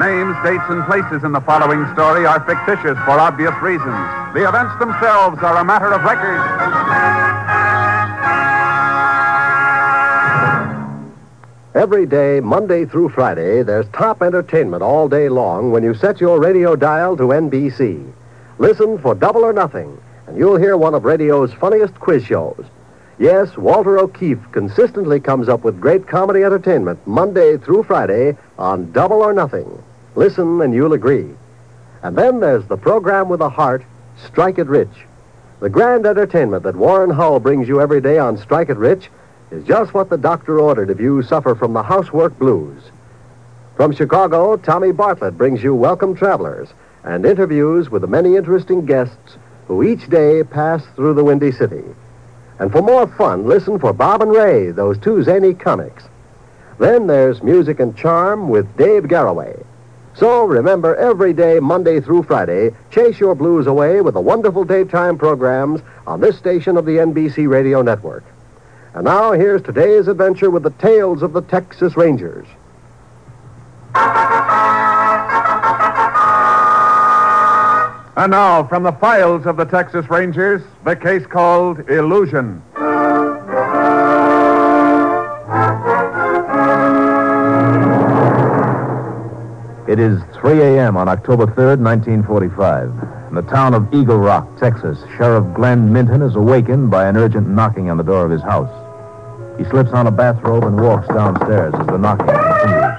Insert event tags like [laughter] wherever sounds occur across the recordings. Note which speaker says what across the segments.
Speaker 1: Names, dates, and places in the following story are fictitious for obvious reasons. The events themselves are a matter of record.
Speaker 2: Every day, Monday through Friday, there's top entertainment all day long when you set your radio dial to NBC. Listen for Double or Nothing, and you'll hear one of radio's funniest quiz shows. Yes, Walter O'Keefe consistently comes up with great comedy entertainment Monday through Friday on Double or Nothing. Listen and you'll agree. And then there's the program with a heart, Strike It Rich. The grand entertainment that Warren Hull brings you every day on Strike It Rich is just what the doctor ordered if you suffer from the housework blues. From Chicago, Tommy Bartlett brings you Welcome Travelers and interviews with the many interesting guests who each day pass through the Windy City. And for more fun, listen for Bob and Ray, those two zany comics. Then there's Music and Charm with Dave Garraway. So remember, every day, Monday through Friday, chase your blues away with the wonderful daytime programs on this station of the NBC Radio Network. And now here's today's adventure with the tales of the Texas Rangers.
Speaker 1: And now, from the files of the Texas Rangers, the case called Illusion.
Speaker 3: It is 3 a.m. on October 3rd, 1945. In the town of Eagle Rock, Texas, Sheriff Glenn Minton is awakened by an urgent knocking on the door of his house. He slips on a bathrobe and walks downstairs as the knocking continues.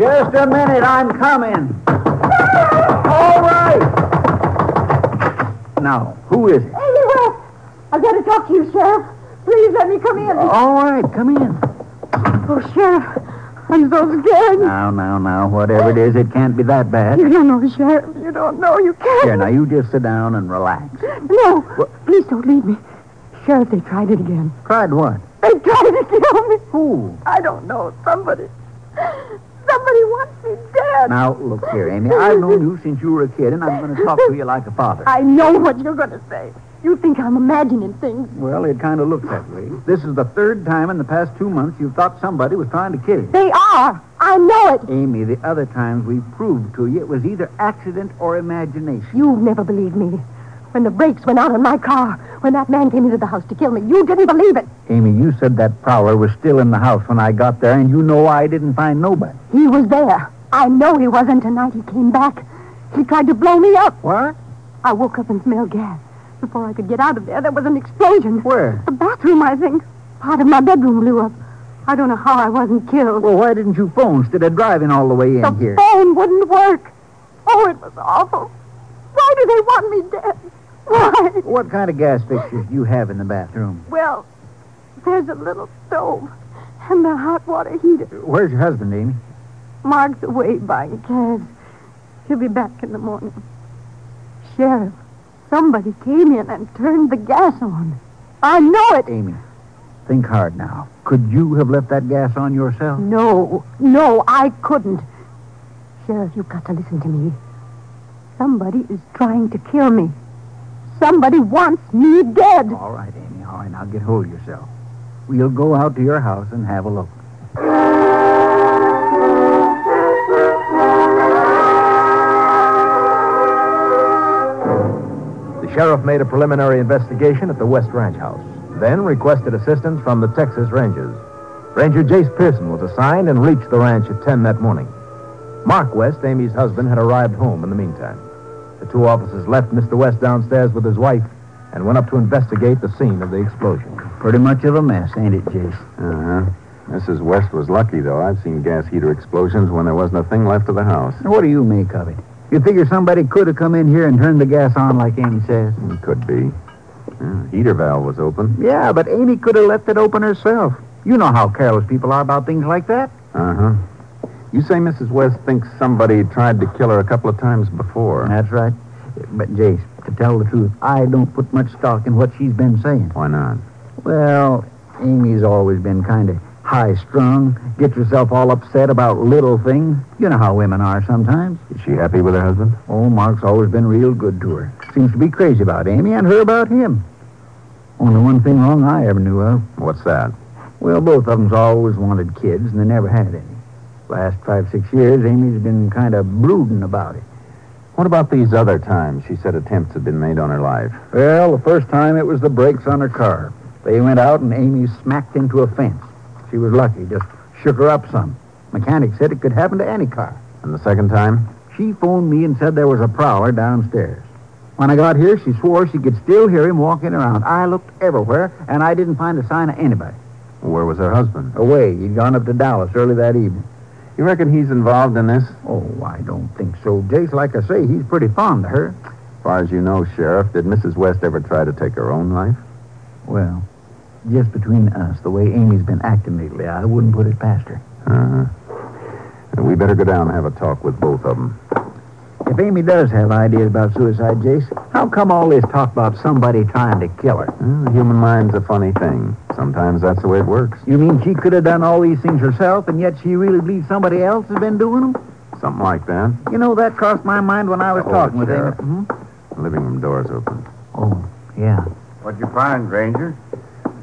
Speaker 4: Just a minute, I'm coming. All right. Now, who is it?
Speaker 5: Anywhere. I've got to talk to you, Sheriff. Please let me come in.
Speaker 4: All right, come in.
Speaker 5: Oh, Sheriff, I'm so scared.
Speaker 4: Now, now, now, whatever it is, it can't be that bad.
Speaker 5: You don't know, Sheriff. You don't know. You can't.
Speaker 4: Here, now, you just sit down and relax.
Speaker 5: No. Please don't leave me. Sheriff, they tried it again.
Speaker 4: Cried what?
Speaker 5: They tried to kill me.
Speaker 4: Who?
Speaker 5: I don't know. Somebody. Somebody wants me dead.
Speaker 4: Now, look here, Amy. I've known you since you were a kid, and I'm going to talk to you like a father.
Speaker 5: I know what you're going to say. You think I'm imagining things.
Speaker 4: Well, it kind of looks that way. This is the third time in the past two months you've thought somebody was trying to kill you.
Speaker 5: They are. I know it.
Speaker 4: Amy, the other times we proved to you it was either accident or imagination.
Speaker 5: You've never believed me. When the brakes went out on my car, when that man came into the house to kill me, you didn't believe it.
Speaker 4: Amy, you said that prowler was still in the house when I got there, and you know I didn't find nobody.
Speaker 5: He was there. I know he wasn't tonight. He came back. He tried to blow me up.
Speaker 4: What?
Speaker 5: I woke up and smelled gas. Before I could get out of there, there was an explosion.
Speaker 4: Where?
Speaker 5: The bathroom, I think. Part of my bedroom blew up. I don't know how I wasn't killed.
Speaker 4: Well, why didn't you phone instead of driving all the way in
Speaker 5: the
Speaker 4: here?
Speaker 5: phone wouldn't work. Oh, it was awful. Why do they want me dead? Why?
Speaker 4: What kind of gas fixtures do you have in the bathroom?
Speaker 5: Well, there's a little stove and the hot water heater.
Speaker 4: Where's your husband, Amy?
Speaker 5: Mark's away buying calves. He'll be back in the morning. Sheriff, somebody came in and turned the gas on. I know it.
Speaker 4: Amy, think hard now. Could you have left that gas on yourself?
Speaker 5: No, no, I couldn't. Sheriff, you've got to listen to me. Somebody is trying to kill me. Somebody wants me dead.
Speaker 4: All right, Amy. All right, now get hold of yourself. We'll go out to your house and have a look.
Speaker 3: The sheriff made a preliminary investigation at the West Ranch House, then requested assistance from the Texas Rangers. Ranger Jace Pearson was assigned and reached the ranch at 10 that morning. Mark West, Amy's husband, had arrived home in the meantime. The two officers left Mr. West downstairs with his wife and went up to investigate the scene of the explosion.
Speaker 4: Pretty much of a mess, ain't it, Jace?
Speaker 6: Uh-huh. Mrs. West was lucky, though. I've seen gas heater explosions when there wasn't a thing left of the house.
Speaker 4: Now, what do you make of it? You figure somebody could have come in here and turned the gas on like Amy says?
Speaker 6: It could be. Yeah, heater valve was open.
Speaker 4: Yeah, but Amy could have left it open herself. You know how careless people are about things like that.
Speaker 6: Uh-huh.
Speaker 7: You say Mrs. West thinks somebody tried to kill her a couple of times before.
Speaker 4: That's right. But, Jace, to tell the truth, I don't put much stock in what she's been saying.
Speaker 7: Why not?
Speaker 4: Well, Amy's always been kind of high strung, gets herself all upset about little things. You know how women are sometimes.
Speaker 7: Is she happy with her husband?
Speaker 4: Oh, Mark's always been real good to her. Seems to be crazy about Amy and her about him. Only one thing wrong I ever knew of.
Speaker 7: What's that?
Speaker 4: Well, both of 'em's always wanted kids, and they never had any. Last five, six years, Amy's been kind of brooding about it.
Speaker 7: What about these other times she said attempts had been made on her life?
Speaker 4: Well, the first time it was the brakes on her car. They went out, and Amy smacked into a fence. She was lucky, just shook her up some. Mechanic said it could happen to any car.
Speaker 7: And the second time?
Speaker 4: She phoned me and said there was a prowler downstairs. When I got here, she swore she could still hear him walking around. I looked everywhere, and I didn't find a sign of anybody.
Speaker 7: Where was her husband?
Speaker 4: Away, he'd gone up to Dallas early that evening.
Speaker 7: You reckon he's involved in this?
Speaker 4: Oh, I don't think so, Jace. Like I say, he's pretty fond of her.
Speaker 7: As far as you know, Sheriff, did Mrs. West ever try to take her own life?
Speaker 4: Well, just between us, the way Amy's been acting lately, I wouldn't put it past her.
Speaker 7: Uh-huh. We better go down and have a talk with both of them.
Speaker 4: If Amy does have ideas about suicide, Jace, how come all this talk about somebody trying to kill her?
Speaker 7: the human mind's a funny thing. Sometimes that's the way it works.
Speaker 4: You mean she could have done all these things herself, and yet she really believes somebody else has been doing them?
Speaker 7: Something like that.
Speaker 4: You know, that crossed my mind when I was
Speaker 7: Oh,
Speaker 4: talking with
Speaker 7: Sheriff.
Speaker 4: Amy. Hmm?
Speaker 7: The living room door's open.
Speaker 4: Oh, yeah.
Speaker 1: What'd you find, Ranger?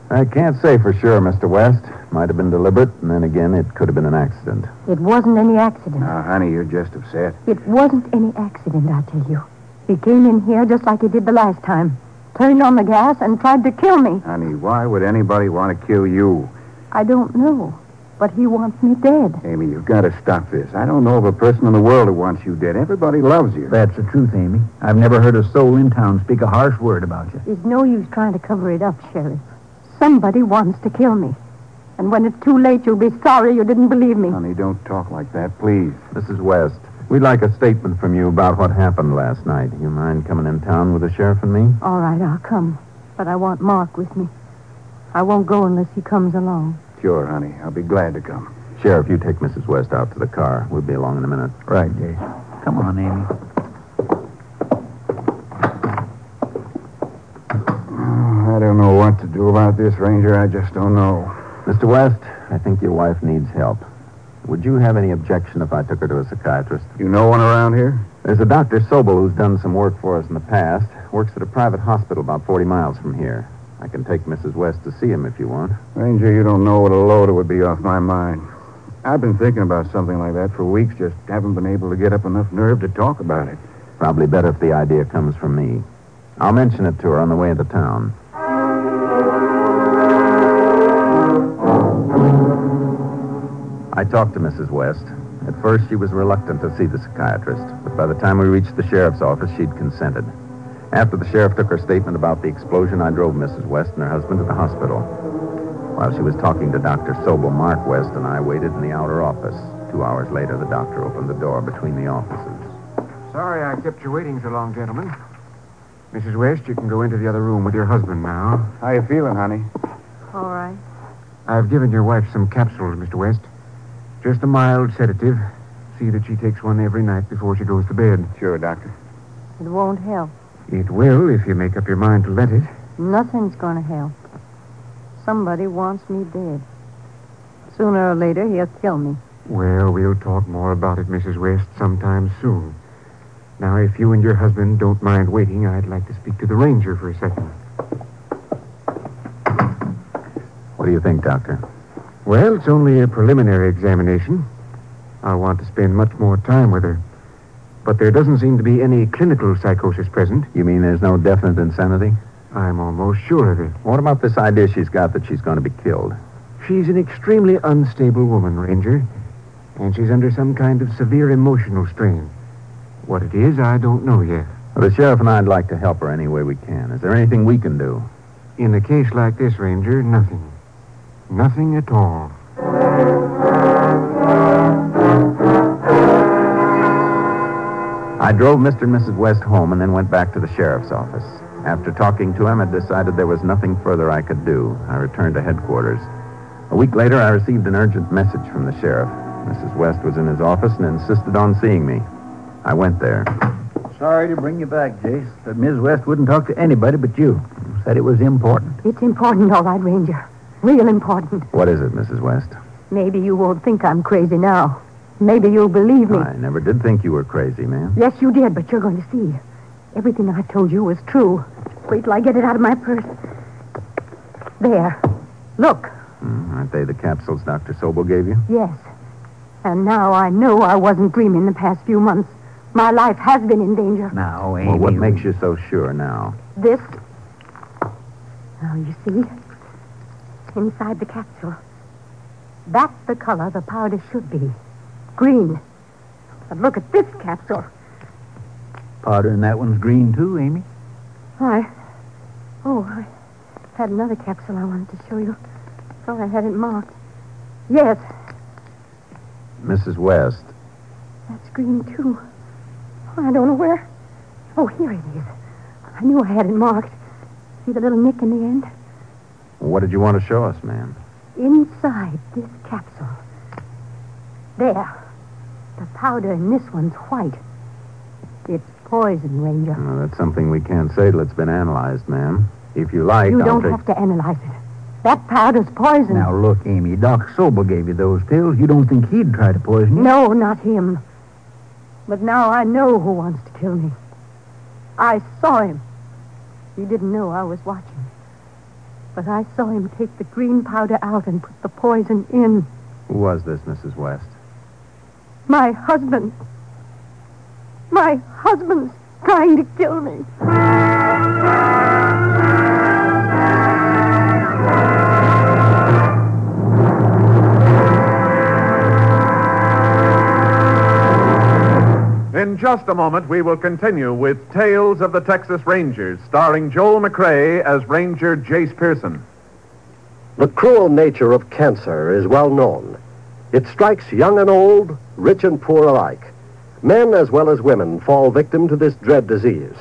Speaker 7: I can't say for sure, Mr. West. Might have been deliberate, and then again, it could have been an accident.
Speaker 5: It wasn't any accident.
Speaker 1: Now, honey, you're just upset.
Speaker 5: It wasn't any accident, I tell you. He came in here just like he did the last time. Turned on the gas and tried to kill me.
Speaker 1: Honey, why would anybody want to kill you?
Speaker 5: I don't know, but he wants me dead.
Speaker 1: Amy, you've got to stop this. I don't know of a person in the world who wants you dead. Everybody loves you.
Speaker 4: That's the truth, Amy. I've never heard a soul in town speak a harsh word about you.
Speaker 5: There's no use trying to cover it up, Sheriff. Somebody wants to kill me. And when it's too late, you'll be sorry you didn't believe me.
Speaker 1: Honey, don't talk like that, please.
Speaker 7: Mrs. West, we'd like a statement from you about what happened last night. You mind coming in town with the sheriff and me?
Speaker 5: All right, I'll come. But I want Mark with me. I won't go unless he comes along.
Speaker 1: Sure, honey. I'll be glad to come.
Speaker 7: Sheriff, you take Mrs. West out to the car. We'll be along in a minute.
Speaker 4: Right, Jace. Come on, Amy.
Speaker 1: I don't know what to do about this, Ranger. I just don't know.
Speaker 7: Mr. West, I think your wife needs help. Would you have any objection if I took her to a psychiatrist?
Speaker 1: You know one around here?
Speaker 7: There's a Dr. Sobel who's done some work for us in the past. Works at a private hospital about 40 miles from here. I can take Mrs. West to see him if you want.
Speaker 1: Ranger, you don't know what a load it would be off my mind. I've been thinking about something like that for weeks, just haven't been able to get up enough nerve to talk about it.
Speaker 7: Probably better if the idea comes from me. I'll mention it to her on the way into town. I talked to Mrs. West. At first, she was reluctant to see the psychiatrist, but by the time we reached the sheriff's office, she'd consented. After the sheriff took her statement about the explosion, I drove Mrs. West and her husband to the hospital. While she was talking to Dr. Sobel, Mark West and I waited in the outer office. Two hours later, the doctor opened the door between the offices.
Speaker 1: Sorry I kept you waiting so long, gentlemen. Mrs. West, you can go into the other room with your husband now. How you feeling, honey?
Speaker 5: All right.
Speaker 1: I've given your wife some capsules, Mr. West. Just a mild sedative. See that she takes one every night before she goes to bed. Sure, Doctor.
Speaker 5: It won't help.
Speaker 1: It will if you make up your mind to let it.
Speaker 5: Nothing's going to help. Somebody wants me dead. Sooner or later, he'll kill me.
Speaker 1: Well, we'll talk more about it, Mrs. West, sometime soon. Now, if you and your husband don't mind waiting, I'd like to speak to the ranger for a second.
Speaker 7: What do you think, Doctor?
Speaker 1: Well, it's only a preliminary examination. I want to spend much more time with her. But there doesn't seem to be any clinical psychosis present.
Speaker 7: You mean there's no definite insanity?
Speaker 1: I'm almost sure of it.
Speaker 7: What about this idea she's got that she's going to be killed?
Speaker 1: She's an extremely unstable woman, Ranger. And she's under some kind of severe emotional strain. What it is, I don't know yet.
Speaker 7: Well, the sheriff and I'd like to help her any way we can. Is there anything we can do?
Speaker 1: In a case like this, Ranger, nothing. Nothing at all.
Speaker 7: I drove Mr. and Mrs. West home and then went back to the sheriff's office. After talking to him, I decided there was nothing further I could do. I returned to headquarters. A week later, I received an urgent message from the sheriff.
Speaker 4: Mrs. West was in his office and insisted on seeing me. I went there.
Speaker 8: Sorry to bring you back, Jace, but Ms. West wouldn't talk to anybody but you. Said it was important.
Speaker 5: It's important, all right, Ranger. Real important.
Speaker 4: What is it, Mrs. West?
Speaker 5: Maybe you won't think I'm crazy now. Maybe you'll believe
Speaker 8: Hmm.
Speaker 5: me.
Speaker 4: I never did think you were crazy, ma'am.
Speaker 5: Yes, you did, but you're going to see. Everything I told you was true. Wait till I get it out of my purse. There. Look.
Speaker 4: Mm, aren't they the capsules Dr. Sobel gave you?
Speaker 5: Yes. And now I know I wasn't dreaming the past few months. My life has been in danger.
Speaker 8: Now, Amy.
Speaker 4: Well, what makes you so sure now?
Speaker 5: This. Now, you see? Inside the capsule. That's the color the powder should be green. But look at this capsule.
Speaker 8: Powder in that one's green, too, Amy.
Speaker 5: I. Oh, I had another capsule I wanted to show you. Thought I had it marked. Yes,
Speaker 4: Mrs. West,
Speaker 5: that's green, too. I don't know where. Oh, here it is. I knew I had it marked. See the little nick in the end?
Speaker 4: what did you want to show us, ma'am?
Speaker 5: Inside this capsule. There. The powder in this one's white. It's poison, Ranger.
Speaker 4: Well, that's something we can't say till it's been analyzed, ma'am. If you like,
Speaker 5: you
Speaker 4: I'll
Speaker 5: don't
Speaker 4: take...
Speaker 5: have to analyze it. That powder's poison.
Speaker 8: Now, look, Amy. Doc Sobel gave you those pills. You don't think he'd try to poison you?
Speaker 5: No, not him. But now I know who wants to kill me. I saw him. He didn't know I was watching. But I saw him take the green powder out and put the poison in.
Speaker 4: Who was this, Mrs. West?
Speaker 5: My husband. My husband's trying to kill me.
Speaker 1: In just a moment, we will continue with Tales of the Texas Rangers, starring Joel McRae as Ranger Jace Pearson.
Speaker 2: The cruel nature of cancer is well known. It strikes young and old, rich and poor alike. Men as well as women fall victim to this dread disease.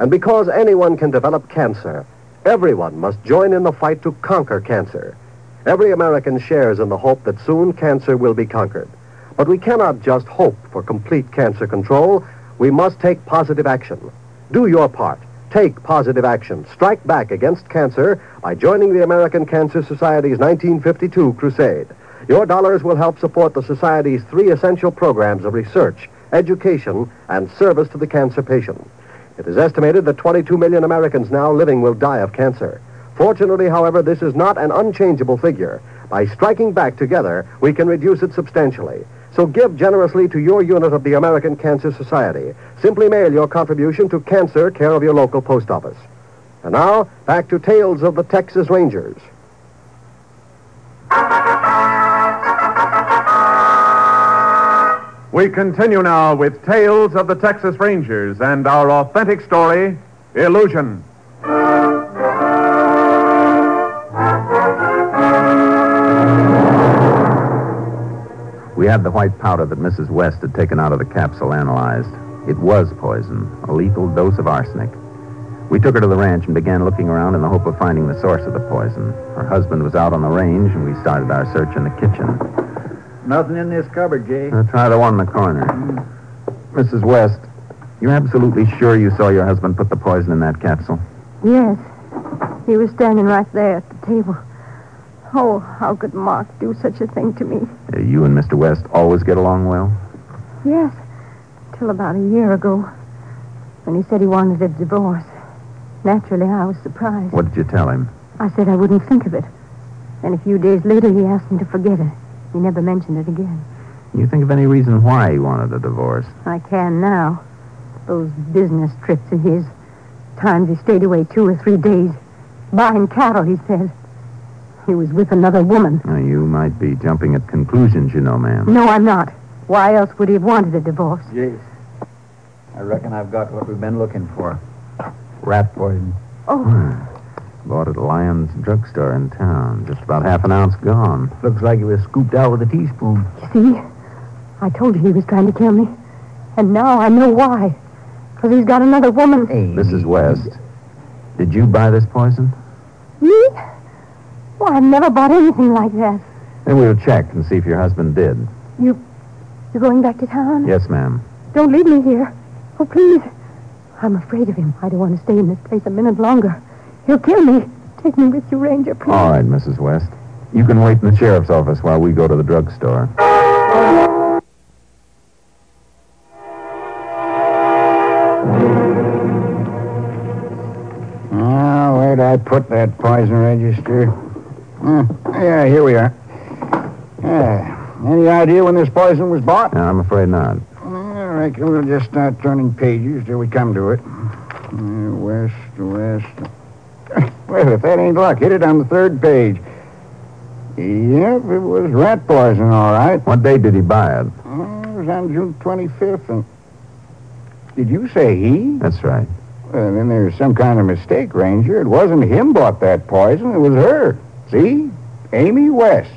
Speaker 2: And because anyone can develop cancer, everyone must join in the fight to conquer cancer. Every American shares in the hope that soon cancer will be conquered. But we cannot just hope for complete cancer control. We must take positive action. Do your part. Take positive action. Strike back against cancer by joining the American Cancer Society's 1952 crusade. Your dollars will help support the Society's three essential programs of research, education, and service to the cancer patient. It is estimated that 22 million Americans now living will die of cancer. Fortunately, however, this is not an unchangeable figure. By striking back together, we can reduce it substantially. So give generously to your unit of the American Cancer Society. Simply mail your contribution to Cancer, care of your local post office. And now, back to Tales of the Texas Rangers.
Speaker 1: We continue now with Tales of the Texas Rangers and our authentic story, Illusion.
Speaker 4: We had the white powder that Mrs. West had taken out of the capsule analyzed. It was poison, a lethal dose of arsenic. We took her to the ranch and began looking around in the hope of finding the source of the poison. Her husband was out on the range, and we started our search in the kitchen.
Speaker 8: Nothing in this cupboard, Jace.
Speaker 4: Now try the one in the corner. Mrs. West, you're absolutely sure you saw your husband put the poison in that capsule?
Speaker 5: Yes. He was standing right there at the table. Oh, how could Mark do such a thing to me?
Speaker 4: Uh, You and Mr. West always get along well?
Speaker 5: Yes, till about a year ago, when he said he wanted a divorce. Naturally, I was surprised.
Speaker 4: What did you tell him?
Speaker 5: I said I wouldn't think of it. Then a few days later, he asked me to forget it. He never mentioned it again.
Speaker 4: You think of any reason why he wanted a divorce?
Speaker 5: I can now. Those business trips of his. Times he stayed away two or three days. Buying cattle, he said. He was with another woman.
Speaker 4: Now, you might be jumping at conclusions, you know, ma'am.
Speaker 5: No, I'm not. Why else would he have wanted a divorce?
Speaker 8: Jace. I reckon I've got what we've been looking for. Rat poison.
Speaker 5: Oh,
Speaker 4: Hmm. Bought at a Lyons drugstore in town. Just about half an ounce gone.
Speaker 8: Looks like it was scooped out with a teaspoon.
Speaker 5: you see? I told you he was trying to kill me. And now I know why. Because he's got another woman.
Speaker 8: Amy.
Speaker 4: Mrs. West, did you buy this poison?
Speaker 5: Me? Well, I've never bought anything like that.
Speaker 4: Then we'll check and see if your husband did.
Speaker 5: You, you're going back to town?
Speaker 4: Yes, ma'am.
Speaker 5: Don't leave me here. Oh, please. I'm afraid of him. I don't want to stay in this place a minute longer. He'll kill me. Take me with you, Ranger, please.
Speaker 4: All right, Mrs. West. You can wait in the sheriff's office while we go to the drugstore.
Speaker 8: Ah, where'd I put that poison register? Hmm, yeah, here we are. Ah, any idea when this poison was bought?
Speaker 4: No, I'm afraid not.
Speaker 8: I reckon we'll just start turning pages till we come to it. Uh, West, west. [coughs] Well, if that ain't luck, hit it on the third page. Yep, it was rat poison, all right.
Speaker 4: What day did he buy it?
Speaker 8: Uh, It was on June 25th, and... Did you say he?
Speaker 4: That's right.
Speaker 8: Well, then there's some kind of mistake, Ranger. It wasn't him bought that poison. It was her. See? Amy West.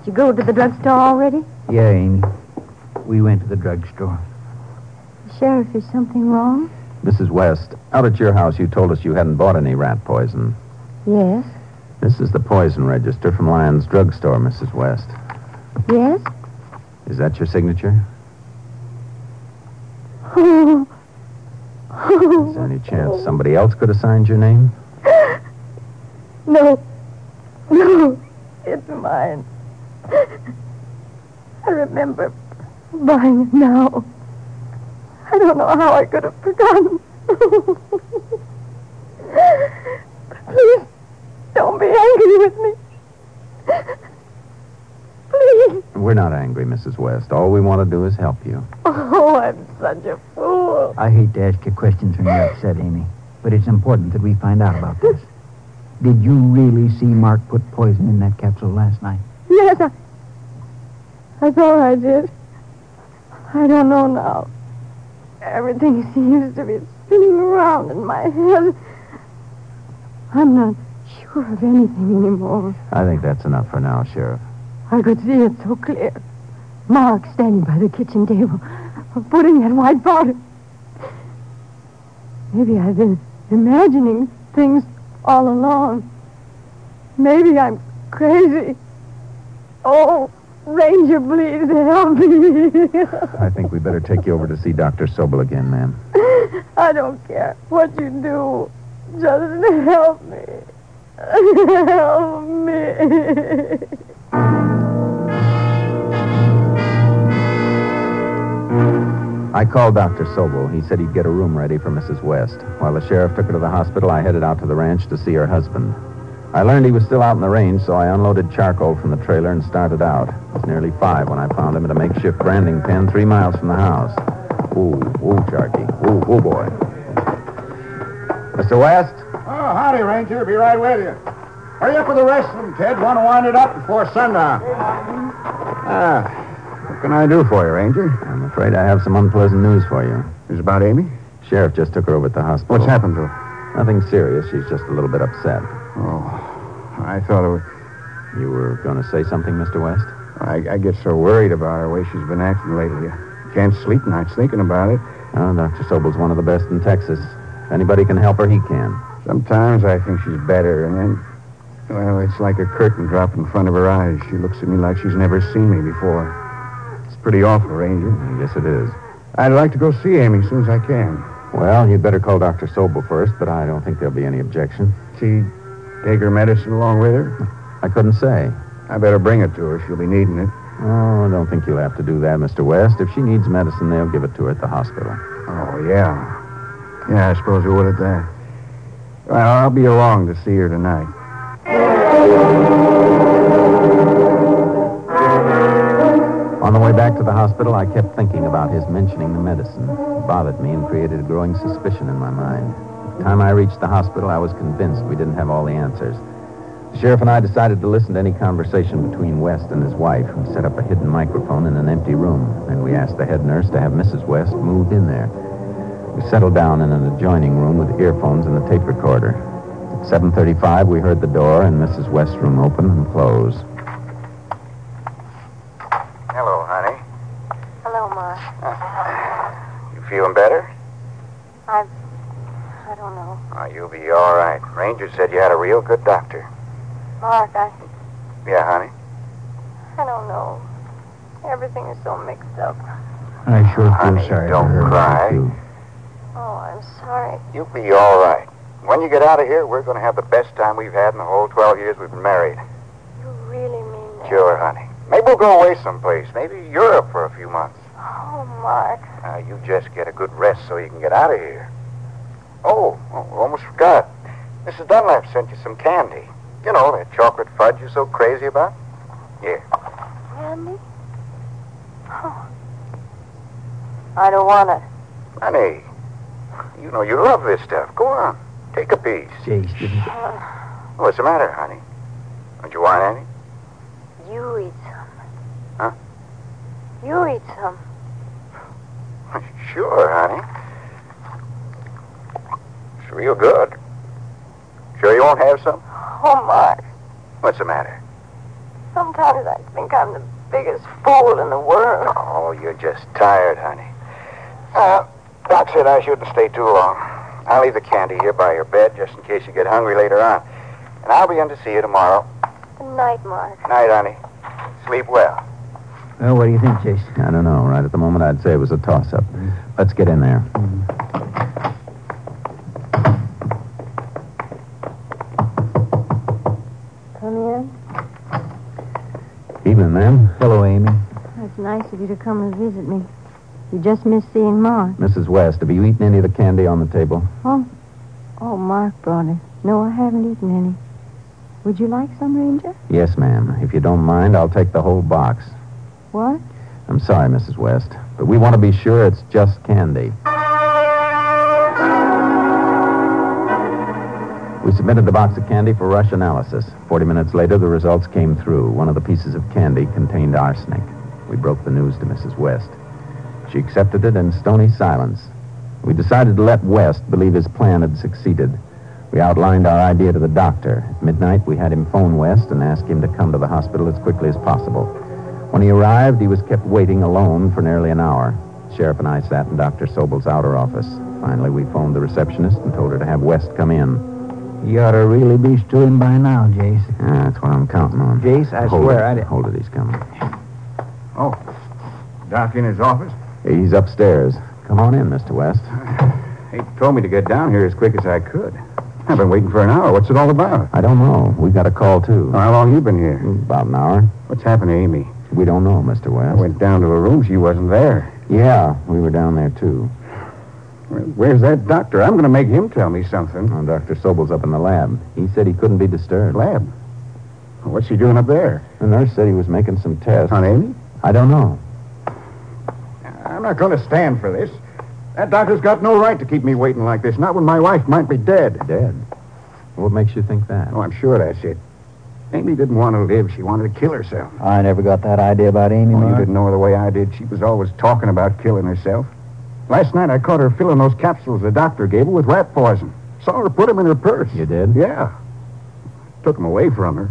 Speaker 5: Did you go to the drugstore already?
Speaker 8: Yeah, Amy. We went to the drugstore.
Speaker 5: Sheriff, is something wrong?
Speaker 4: Mrs. West, out at your house, you told us you hadn't bought any rat poison.
Speaker 5: Yes.
Speaker 4: This is the poison register from Lyon's drugstore, Mrs. West.
Speaker 5: Yes? [laughs]
Speaker 4: Is that your signature?
Speaker 5: Oh.
Speaker 4: Is there any chance somebody else could have signed your name?
Speaker 5: No. No. It's mine. I remember buying it now. I don't know how I could have forgotten. Please, don't be angry with me. Please.
Speaker 4: We're not angry, Mrs. West. All we want to do is help you.
Speaker 5: Oh, I'm such a fool.
Speaker 8: I hate to ask you questions when you're upset, Amy, but it's important that we find out about this. Did you really see Mark put poison in that capsule last night?
Speaker 5: Yes, I, I thought I did. I don't know now. Everything seems to be spinning around in my head. I'm not sure of anything anymore.
Speaker 4: I think that's enough for now, Sheriff.
Speaker 5: I could see it so clear. Mark standing by the kitchen table, putting that white powder. Maybe I've been imagining things all along. Maybe I'm crazy. Oh, Ranger, please help me.
Speaker 4: I think we better take you over to see Dr. Sobel again, ma'am.
Speaker 5: I don't care what you do. Just help me. Help me.
Speaker 4: I called Dr. Sobel. He said he'd get a room ready for Mrs. West. While the sheriff took her to the hospital, I headed out to the ranch to see her husband. I learned he was still out in the range, so I unloaded charcoal from the trailer and started out. It was nearly five when I found him at a makeshift branding pen three miles from the house. Ooh, ooh, Sharky. Ooh, ooh, boy. Mr. West?
Speaker 8: Oh, howdy, Ranger. Be right with you. Hurry up with the rest of them, Ted. Want to wind it up before sundown. Ah, what can I do for you, Ranger?
Speaker 4: I'm afraid I have some unpleasant news for you.
Speaker 8: Is it about Amy?
Speaker 4: Sheriff just took her over at the hospital.
Speaker 8: What's happened to her?
Speaker 4: Nothing serious. She's just a little bit upset.
Speaker 8: Oh, I thought it was...
Speaker 4: You were going to say something, Mr. West?
Speaker 8: I, I get so worried about her, the way she's been acting lately. I can't sleep nights thinking about it.
Speaker 4: Oh, Dr. Sobel's one of the best in Texas. If anybody can help her, he can.
Speaker 8: Sometimes I think she's better, and then, well, it's like a curtain dropped in front of her eyes. She looks at me like she's never seen me before. It's pretty awful, Ranger.
Speaker 4: I guess it is.
Speaker 8: I'd like to go see Amy as soon as I can.
Speaker 4: Well, you'd better call Dr. Sobel first, but I don't think there'll be any objection.
Speaker 8: She take her medicine along with her?
Speaker 4: I couldn't say.
Speaker 8: I better bring it to her. She'll be needing it.
Speaker 4: Oh, I don't think you'll have to do that, Mr. West. If she needs medicine, they'll give it to her at the hospital.
Speaker 8: Oh, yeah. Yeah, I suppose we would at that. Well, I'll be along to see her tonight.
Speaker 4: On the way back to the hospital, I kept thinking about his mentioning the medicine. It bothered me and created a growing suspicion in my mind. By the time I reached the hospital, I was convinced we didn't have all the answers. The sheriff and I decided to listen to any conversation between West and his wife. We set up a hidden microphone in an empty room. Then we asked the head nurse to have Mrs. West moved in there. We settled down in an adjoining room with earphones and a tape recorder. At 7.35, we heard the door and Mrs. West's room open and close.
Speaker 9: Hello, honey.
Speaker 5: Hello, Mark.
Speaker 9: You feeling better?
Speaker 5: I don't know.
Speaker 9: Oh, you'll be all right. Ranger said you had a real good doctor.
Speaker 10: Mark, I,
Speaker 9: Yeah, honey.
Speaker 10: I don't know. Everything is so mixed up.
Speaker 11: I sure feel
Speaker 9: Honey,
Speaker 11: sorry
Speaker 9: don't
Speaker 11: for her.
Speaker 9: cry.
Speaker 10: Oh, I'm sorry.
Speaker 9: You'll be all right. When you get out of here, we're going to have the best time we've had in the whole 12 years we've been married.
Speaker 10: You really mean that.
Speaker 9: Sure, honey. Maybe we'll go away someplace. Maybe Europe for a few months.
Speaker 10: Oh, Mark.
Speaker 9: Now, you just get a good rest so you can get out of here. Oh, oh, almost forgot. Mrs. Dunlap sent you some candy. You know, that chocolate fudge you're so crazy about.
Speaker 10: Candy? Oh. I don't want it.
Speaker 9: Honey, you know you love this stuff. Go on. Take a piece.
Speaker 11: Jase didn't.
Speaker 10: Uh,
Speaker 9: What's the matter, honey? Don't you want any?
Speaker 10: you eat some.
Speaker 9: Huh?
Speaker 10: You eat some.
Speaker 9: [laughs] Sure, honey. It's real good. Sure you won't have some?
Speaker 10: Oh, Mark.
Speaker 9: What's the matter?
Speaker 10: Sometimes I think I'm the biggest fool in the world.
Speaker 9: Oh, you're just tired, honey. Uh, Doc said I shouldn't stay too long. I'll leave the candy here by your bed just in case you get hungry later on. And I'll be in to see you tomorrow.
Speaker 10: Good night, Mark.
Speaker 9: Night, honey. Sleep well.
Speaker 11: Well, what do you think, Jase?
Speaker 4: I don't know. Right at the moment, I'd say it was a toss up. Let's get in there.
Speaker 5: Come in.
Speaker 4: Evening, ma'am.
Speaker 3: Hello, Amy.
Speaker 5: It's nice of you to come and visit me. You just missed seeing Mark.
Speaker 4: Mrs. West, have you eaten any of the candy on the table?
Speaker 5: Oh, Mark brought it. No, I haven't eaten any. Would you like some, Ranger?
Speaker 4: Yes, ma'am. If you don't mind, I'll take the whole box.
Speaker 5: What?
Speaker 4: I'm sorry, Mrs. West, but we want to be sure it's just candy. We submitted the box of candy for rush analysis. Forty minutes later, the results came through. One of the pieces of candy contained arsenic. We broke the news to Mrs. West. She accepted it in stony silence. We decided to let West believe his plan had succeeded. We outlined our idea to the doctor. At midnight, we had him phone West and ask him to come to the hospital as quickly as possible. When he arrived, he was kept waiting alone for nearly an hour. Sheriff and I sat in Dr. Sobel's outer office. Finally, we phoned the receptionist and told her to have West come in.
Speaker 11: You ought to really be stewing by now, Jase.
Speaker 4: Ah, that's what I'm counting on.
Speaker 11: Jase, I
Speaker 4: Hold
Speaker 11: swear
Speaker 4: it.
Speaker 11: I did.
Speaker 4: Hold it, he's coming.
Speaker 8: Doc in his office?
Speaker 4: He's upstairs. Come on in, Mr. West.
Speaker 8: He told me to get down here as quick as I could. I've been waiting for an hour. What's it all about?
Speaker 4: I don't know. We got a call, too.
Speaker 8: How long you been here?
Speaker 4: About an hour.
Speaker 8: What's happened to Amy?
Speaker 4: We don't know, Mr.
Speaker 8: I
Speaker 4: West.
Speaker 8: went down to her room. She wasn't there.
Speaker 4: Yeah, we were down there, too.
Speaker 8: Well, Where's that doctor? I'm going to make him tell me something.
Speaker 4: Oh, Dr. Sobel's up in the lab. He said he couldn't be disturbed.
Speaker 8: Lab. What's she doing up there?
Speaker 4: The nurse said he was making some tests.
Speaker 8: On Amy?
Speaker 4: I don't know.
Speaker 8: I'm not going to stand for this. That doctor's got no right to keep me waiting like this, not when my wife might be dead.
Speaker 4: Dead. What makes you think that?
Speaker 8: Oh, I'm sure that's it. Amy didn't want to live. She wanted to kill herself.
Speaker 11: I never got that idea about Amy,
Speaker 8: Oh, you
Speaker 11: Mark.
Speaker 8: didn't know her the way I did. She was always talking about killing herself. Last night I caught her filling those capsules the doctor gave her with rat poison. Saw her put them in her purse.
Speaker 4: You did?
Speaker 8: Yeah. Took them away from her.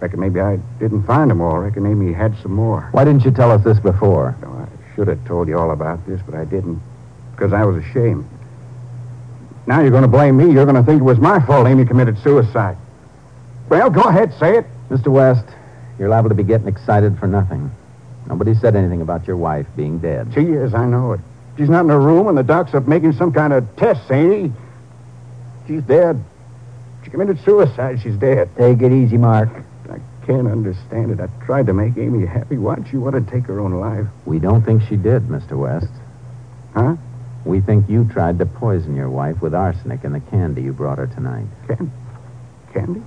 Speaker 8: Reckon maybe I didn't find them all. Reckon Amy had some more.
Speaker 4: Why didn't you tell us this before?
Speaker 8: Oh, I should have told you all about this, but I didn't because I was ashamed. Now you're going to blame me. You're going to think it was my fault Amy committed suicide. Well, go ahead, say it.
Speaker 4: Mr. West, you're liable to be getting excited for nothing. Nobody said anything about your wife being dead.
Speaker 8: She is, I know it. She's not in her room, and the doc's up making some kind of test, ain't he? She's dead. She committed suicide. She's dead.
Speaker 11: Take it easy, Mark.
Speaker 8: I can't understand it. I tried to make Amy happy. Why'd she want to take her own life?
Speaker 4: We don't think she did, Mr. West.
Speaker 8: Huh?
Speaker 4: We think you tried to poison your wife with arsenic in the candy you brought her tonight.
Speaker 8: Candy?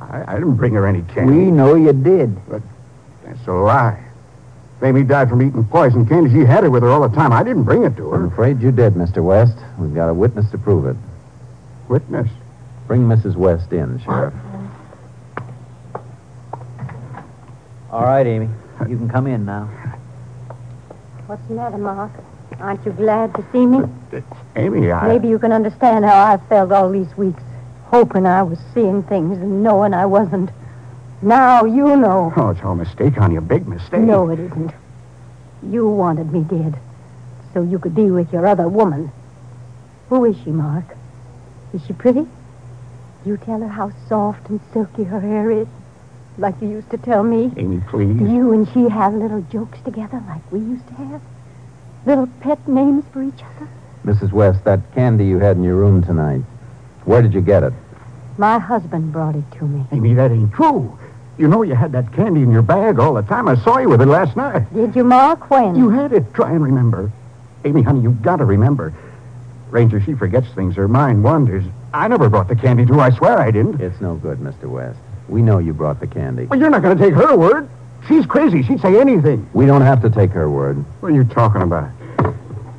Speaker 8: I, I didn't bring her any
Speaker 11: We
Speaker 8: candy.
Speaker 11: know you did.
Speaker 8: That's a lie. If Amy died from eating poison candy. She had it with her all the time. I didn't bring it to
Speaker 4: I'm
Speaker 8: her.
Speaker 4: afraid you did, Mr. West. We've got a witness to prove it.
Speaker 8: Witness.
Speaker 4: Bring Mrs. West in, Sheriff.
Speaker 11: All right, Amy. You can come in now.
Speaker 5: What's the matter, Mark? Aren't you glad to see me?
Speaker 8: Amy, I.
Speaker 5: Maybe you can understand how I felt all these weeks, hoping I was seeing things and knowing I wasn't. Now you know.
Speaker 8: Oh, it's all a mistake on you. Big mistake.
Speaker 5: No, it isn't. You wanted me dead, so you could be with your other woman. Who is she, Mark? Is she pretty? You tell her how soft and silky her hair is, like you used to tell me.
Speaker 8: Amy, please.
Speaker 5: You and she have little jokes together like we used to have. Little pet names for each other.
Speaker 4: Mrs. West, that candy you had in your room tonight, where did you get it?
Speaker 5: My husband brought it to me.
Speaker 8: Amy, that ain't true. You know you had that candy in your bag all the time. I saw you with it last night.
Speaker 5: Did you, Mark? When?
Speaker 8: You had it. Try and remember. Amy, honey, you've got to remember. Ranger, she forgets things. Her mind wanders. I never brought the candy to her. I swear I didn't.
Speaker 4: It's no good, Mr. West. We know you brought the candy.
Speaker 8: Well, you're not going to take her word. She's crazy. She'd say anything.
Speaker 4: We don't have to take her word.
Speaker 8: What are you talking about?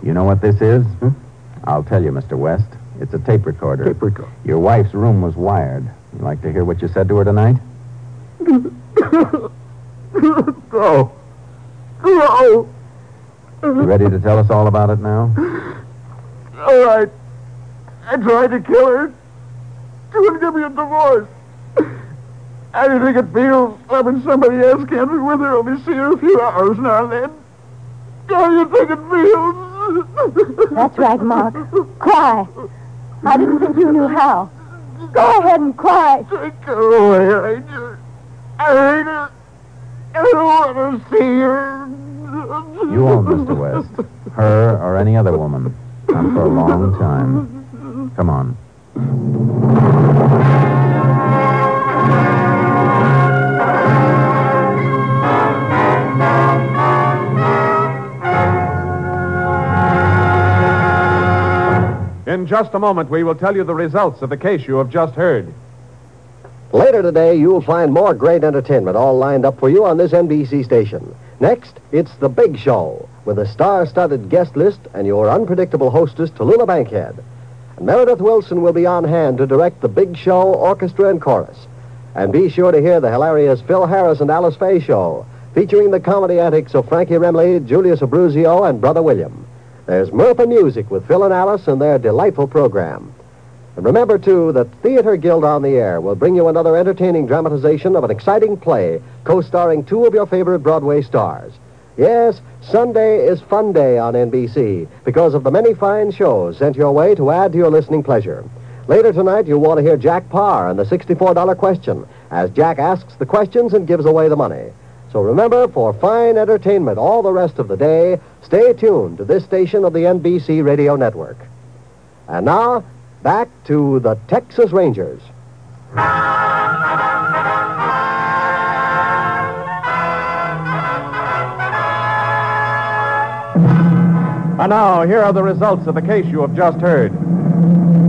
Speaker 4: You know what this is? I'll tell you, Mr. West. It's a tape recorder.
Speaker 8: Tape recorder.
Speaker 4: Your wife's room was wired. You like to hear what you said to her tonight?
Speaker 8: No. No.
Speaker 4: You ready to tell us all about it now?
Speaker 8: All right. I tried to kill her. She wouldn't give me a divorce. I do think it feels loving somebody else can't be with her. Only see her a few hours now and then. How do you think it feels?
Speaker 5: That's right, Mark. Cry. I didn't think you knew how. Go ahead and cry.
Speaker 8: Take her away, Ranger. I hate her. I don't want to see her.
Speaker 4: You won't, Mr. West. Her or any other woman. Not for a long time. Come on.
Speaker 1: In just a moment, we will tell you the results of the case you have just heard.
Speaker 2: Later today, you'll find more great entertainment all lined up for you on this NBC station. Next, it's The Big Show with a star studded guest list and your unpredictable hostess, Tallulah Bankhead. And Meredith Wilson will be on hand to direct The Big Show Orchestra and Chorus. And be sure to hear the hilarious Phil Harris and Alice Faye Show, featuring the comedy antics of Frankie Remley, Julius Abruzio, and Brother William. There's Mirth and Music with Phil and Alice and their delightful program. And remember, too, that Theater Guild on the Air will bring you another entertaining dramatization of an exciting play co starring two of your favorite Broadway stars. Yes, Sunday is Fun Day on NBC because of the many fine shows sent your way to add to your listening pleasure. Later tonight, you'll want to hear Jack Parr and the $64 question as Jack asks the questions and gives away the money. So remember, for fine entertainment all the rest of the day, stay tuned to this station of the NBC Radio Network. And now, back to the Texas Rangers.
Speaker 1: And now, here are the results of the case you have just heard.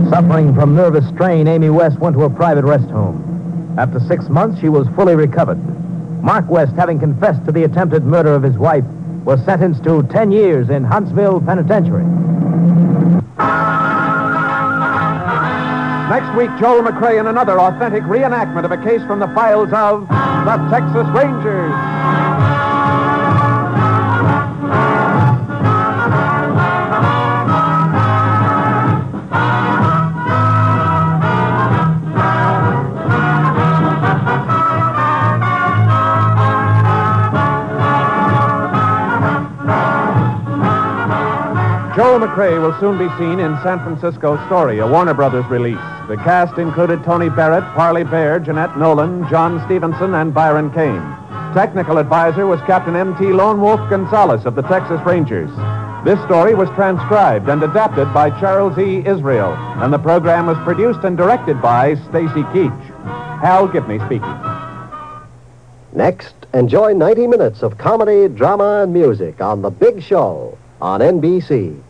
Speaker 3: Suffering from nervous strain, Amy West went to a private rest home. After six months, she was fully recovered. Mark West, having confessed to the attempted murder of his wife, was sentenced to 10 years in Huntsville Penitentiary.
Speaker 1: Next week, Joel McRae in another authentic reenactment of a case from the files of the Texas Rangers. Joel McRae will soon be seen in San Francisco Story, a Warner Brothers release. The cast included Tony Barrett, Parley Bear, Jeanette Nolan, John Stevenson, and Byron Kane. Technical advisor was Captain M.T. Lone Wolf Gonzalez of the Texas Rangers. This story was transcribed and adapted by Charles E. Israel, and the program was produced and directed by Stacy Keach. Hal Gibney speaking.
Speaker 2: Next, enjoy 90 minutes of comedy, drama, and music on The Big Show on NBC.